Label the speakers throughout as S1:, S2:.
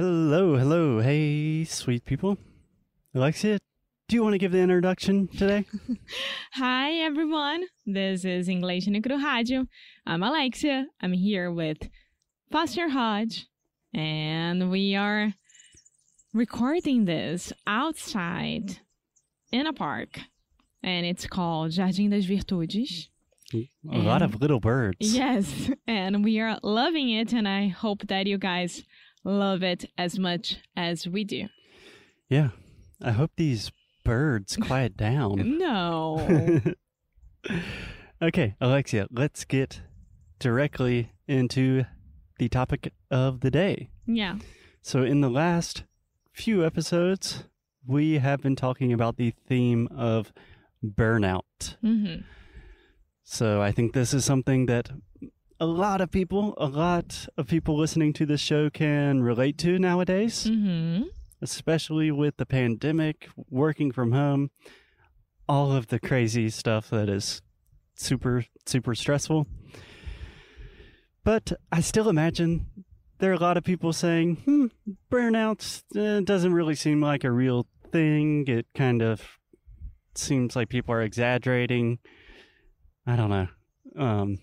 S1: Hello, hello. Hey, sweet people. Alexia, do you want to give the introduction today?
S2: Hi, everyone. This is English no Cru Rádio. I'm Alexia. I'm here with Pastor Hodge, and we are recording this outside in a park, and it's called Jardim das Virtudes.
S1: A lot of little birds.
S2: Yes, and we are loving it, and I hope that you guys love it as much as we do.
S1: Yeah. I hope these birds quiet down.
S2: No.
S1: okay, Alexia, let's get directly into the topic of the day.
S2: yeah.
S1: So, in the last few episodes, we have been talking about the theme of burnout.
S2: Mm-hmm.
S1: So, I think this is something that a lot of people, a lot of people listening to this show can relate to nowadays,
S2: Mm-hmm.
S1: especially with the pandemic, working from home, all of the crazy stuff that is super, super stressful. But I still imagine there are a lot of people saying, hmm, burnout uh, doesn't really seem like a real thing. It kind of seems like people are exaggerating. I don't know. Um,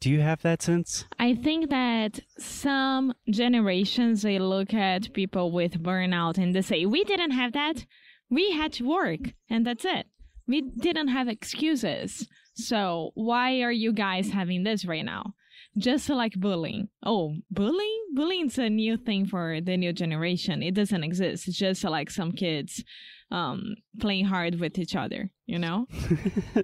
S1: do you have that sense?
S2: I think that some generations they look at people with burnout and they say, "We didn't have that. We had to work, and that's it. We didn't have excuses. So why are you guys having this right now?" Just like bullying. Oh, bullying? Bullying's a new thing for the new generation. It doesn't exist. It's just like some kids um, playing hard with each other, you know?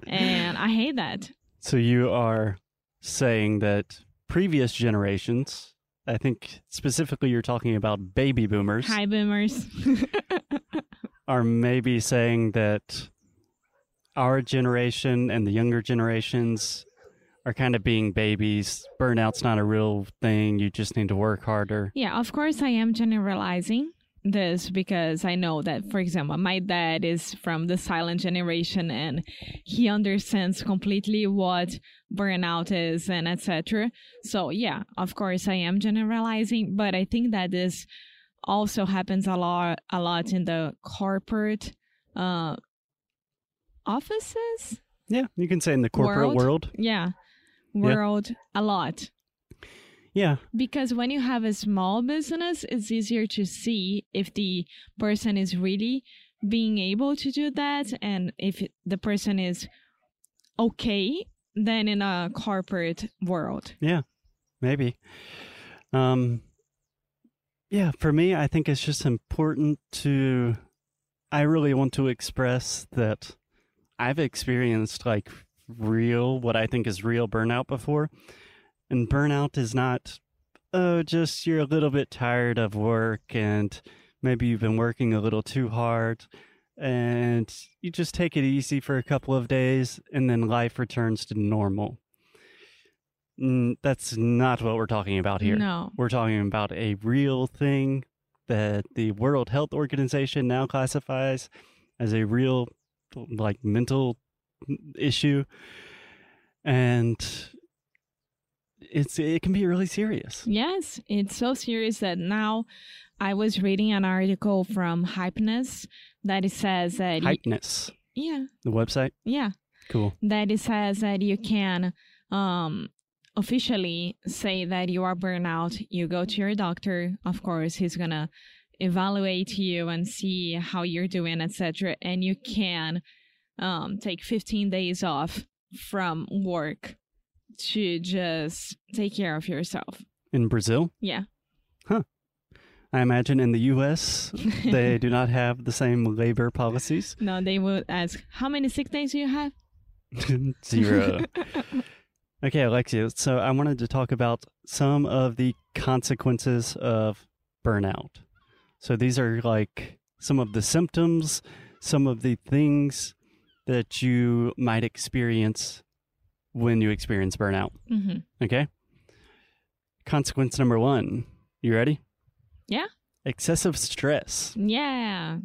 S2: and I hate that.
S1: So you are saying that previous generations, I think specifically you're talking about baby boomers,
S2: Hi, boomers.
S1: are maybe saying that our generation and the younger generations are kind of being babies. Burnout's not a real thing. You just need to work harder.
S2: Yeah, of course, I am generalizing this because I know that, for example, my dad is from the silent generation and he understands completely what burnout is and etc. So, yeah, of course, I am generalizing, but I think that this also happens a lot, a lot in the corporate uh, offices.
S1: Yeah, you can say in the corporate
S2: World?
S1: world.
S2: Yeah, world a lot.
S1: Yeah,
S2: Because when you have a small business, it's easier to see if the person is really being able to do that and if the person is okay than in a corporate world.
S1: maybe. Um, yeah, for me, I think it's just important to. I really want to express that I've experienced like real, what I think is real burnout before. And burnout is not, oh, just you're a little bit tired of work and maybe you've been working a little too hard and you just take it easy for a couple of days and then life returns to normal. Mm, that's not what we're talking about here.
S2: No.
S1: We're talking about a real thing that the World Health Organization now classifies as a real like mental issue and it's it can be really serious.
S2: Yes, it's so serious that now I was reading an article from Hypeness that it says that y-
S1: Hypeness,
S2: yeah,
S1: the website.
S2: yeah,
S1: Cool.
S2: that it says that you can um, officially say that you are burnout. You go to your doctor, of course, he's gonna evaluate you and see how you're doing, etc. And you can um, take 15 days off from work to just take care of yourself.
S1: In Brazil,
S2: Yeah.
S1: I imagine in the US they do not have the same labor policies.
S2: no, they would ask, how many sick days do you have?
S1: Zero. okay, Alexia, so I wanted to talk about some of the consequences of burnout. So these are like some of the symptoms, some of the things that you might experience when you experience burnout.
S2: hmm
S1: Okay? Consequence number one. You ready?
S2: Yeah.
S1: Excessive stress.
S2: Yeah.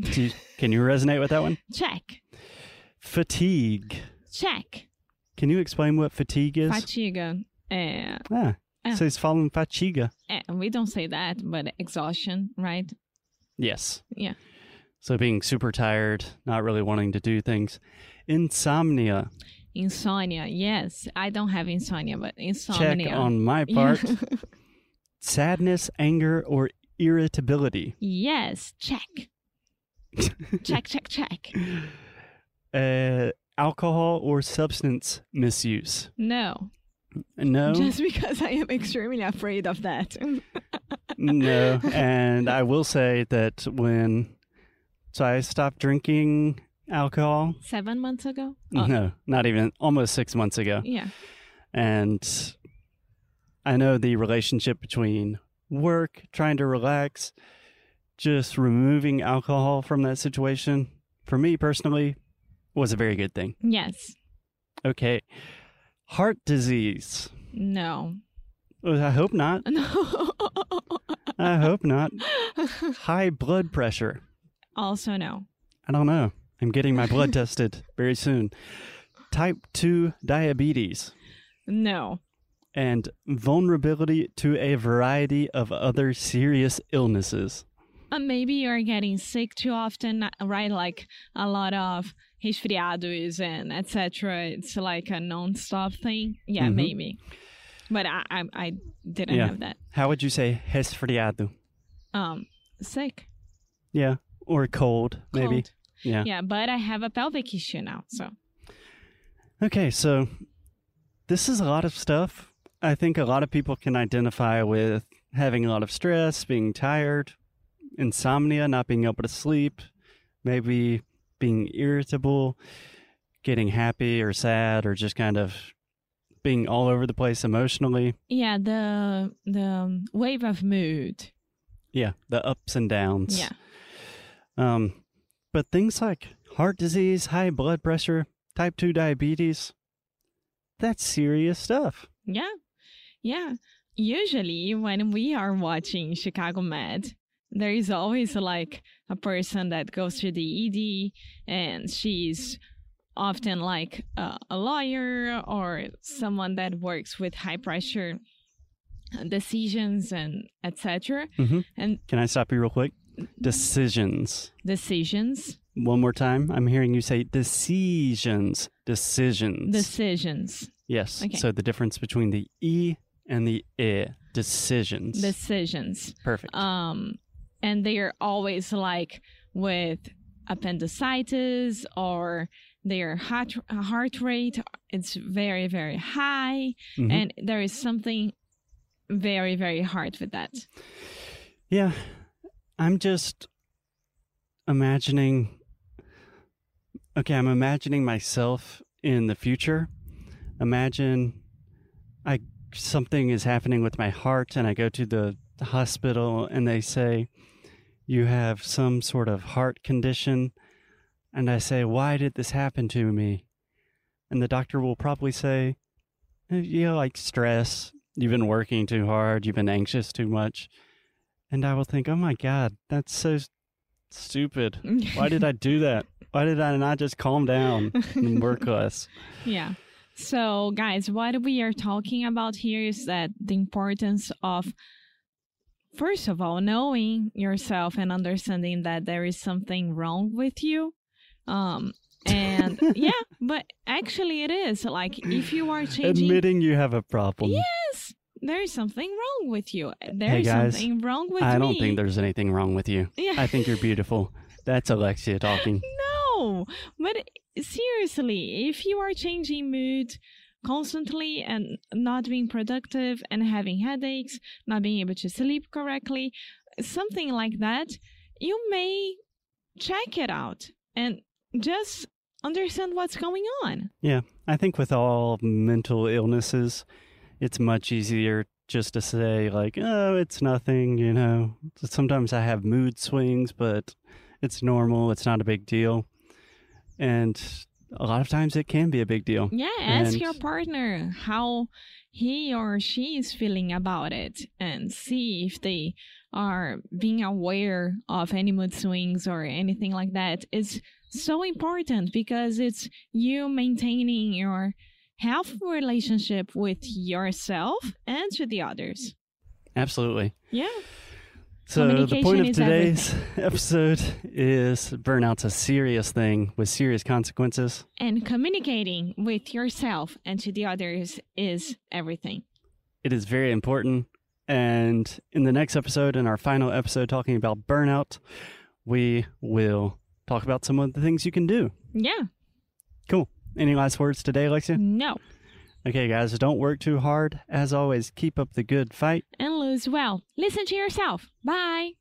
S1: Do you- can you resonate with that one?
S2: Check.
S1: Fatigue.
S2: Check.
S1: Can you explain what fatigue is?
S2: Fatiga. É,
S1: ah,
S2: Ah.
S1: Vocês falam fatiga.
S2: Eh, we don't say that, but exhaustion, right?
S1: Yes.
S2: Yeah.
S1: So being super tired, not really wanting to do things. Insomnia.
S2: Insomnia. Yes, I don't have insomnia, but insomnia.
S1: Check on my
S2: Yeah.
S1: part. Sadness, anger, or irritability.
S2: yes, check. check, check, check.
S1: Uh, alcohol or substance misuse.
S2: No,
S1: No.
S2: just because I am extremely afraid of that.
S1: No, and I will say that when so I stopped drinking alcohol.
S2: Seven months ago? Oh,
S1: No, not even almost six months ago,
S2: Yeah.
S1: and I know the relationship between work, trying to relax, just removing alcohol from that situation. For me personally, was a very good thing.
S2: Yes.
S1: Okay, heart disease.
S2: No.
S1: Uh, I hope not.
S2: No.
S1: I hope not. High blood pressure.
S2: also no.
S1: I don't know. I'm getting my blood tested very soon. Type 2 diabetes
S2: No.
S1: and vulnerability to a variety of other serious illnesses.
S2: Uh, maybe you're getting sick too often, uh, right? Like a lot of resfriados and etc. It's like a non-stop thing. Yeah,
S1: Mhm.
S2: maybe. But I, I, I didn't
S1: Yeah.
S2: have that.
S1: How would you say resfriado?
S2: Um, sick.
S1: Yeah, or cold, maybe.
S2: Cold.
S1: Yeah.
S2: Yeah, but I have a pelvic issue now, so
S1: Okay, so this is a lot of stuff. I think a lot of people can identify with having a lot of stress, being tired, insomnia, not being able to sleep, maybe being irritable, getting happy or sad, or just kind of being all over the place emotionally.
S2: yeah, the the wave of mood.
S1: Yeah, the ups and downs.
S2: Yeah.
S1: Um, but things like heart disease, high blood pressure, type 2 diabetes, that's serious stuff.
S2: Yeah. Yeah. Usually, when we are watching Chicago Med, there is always like a person that goes to the ED and she's often like a, a lawyer or someone that works with high pressure decisions and etc.
S1: Mhm.
S2: And
S1: Can I stop you real quick? Decisions.
S2: decisions,
S1: One more time. I'm hearing you say decisions. Decisions.
S2: decisions,
S1: yes.
S2: Okay.
S1: So the difference between the E and the I. Decisions.
S2: decisions.
S1: Perfect.
S2: um and they are always like with appendicitis or their heart heart rate it's very very high
S1: Mhm.
S2: and there is something very very hard with that
S1: yeah. I'm just imagining. Okay, I'm imagining myself in the future. Imagine I something is happening with my heart and I go to the hospital and they say you have some sort of heart condition and I say why did this happen to me? And the doctor will probably say "Eh, you know like stress, you've been working too hard, you've been anxious too much. And I will think, "Oh my god, that's so s- stupid. Why did I do that? Why did I not just calm down and work less?
S2: yeah so guys what we are talking about here is that the importance of first of all knowing yourself and understanding that there is something wrong with you um and yeah but actually it is like if you are changing
S1: Admitting you have a problem.
S2: yes there is something wrong with you There
S1: Hey,
S2: is
S1: guys,
S2: something wrong with
S1: I don't
S2: me.
S1: think there's anything wrong with you.
S2: yeah.
S1: I think you're beautiful. That's Alexia talking.
S2: No, but seriously, if you are changing mood constantly and not being productive and having headaches, not being able to sleep correctly, something like that, you may check it out and just understand what's going on.
S1: I think with all mental illnesses, it's much easier just to say, like, oh, it's nothing, you know. Sometimes I have mood swings, but it's normal. It's not a big deal. And a lot of times it can be a big deal.
S2: Yeah, ask
S1: And-
S2: your partner how he or she is feeling about it and see if they are being aware of any mood swings or anything like that. It's so important because it's you maintaining your healthy relationship with yourself and to the others.
S1: Absolutely.
S2: Yeah.
S1: So the point
S2: Communication
S1: of
S2: is
S1: today's episode is burnout's a serious thing with serious consequences.
S2: And communicating with yourself and to the others is everything.
S1: It is very important. And in the next episode, in our final episode talking about burnout, we will talk about some of the things you can do.
S2: Yeah.
S1: Cool. Any last words today, Alexia?
S2: No.
S1: Okay, guys, don't work too hard. As always, keep up the good fight.
S2: And lose well. Listen to yourself. Bye.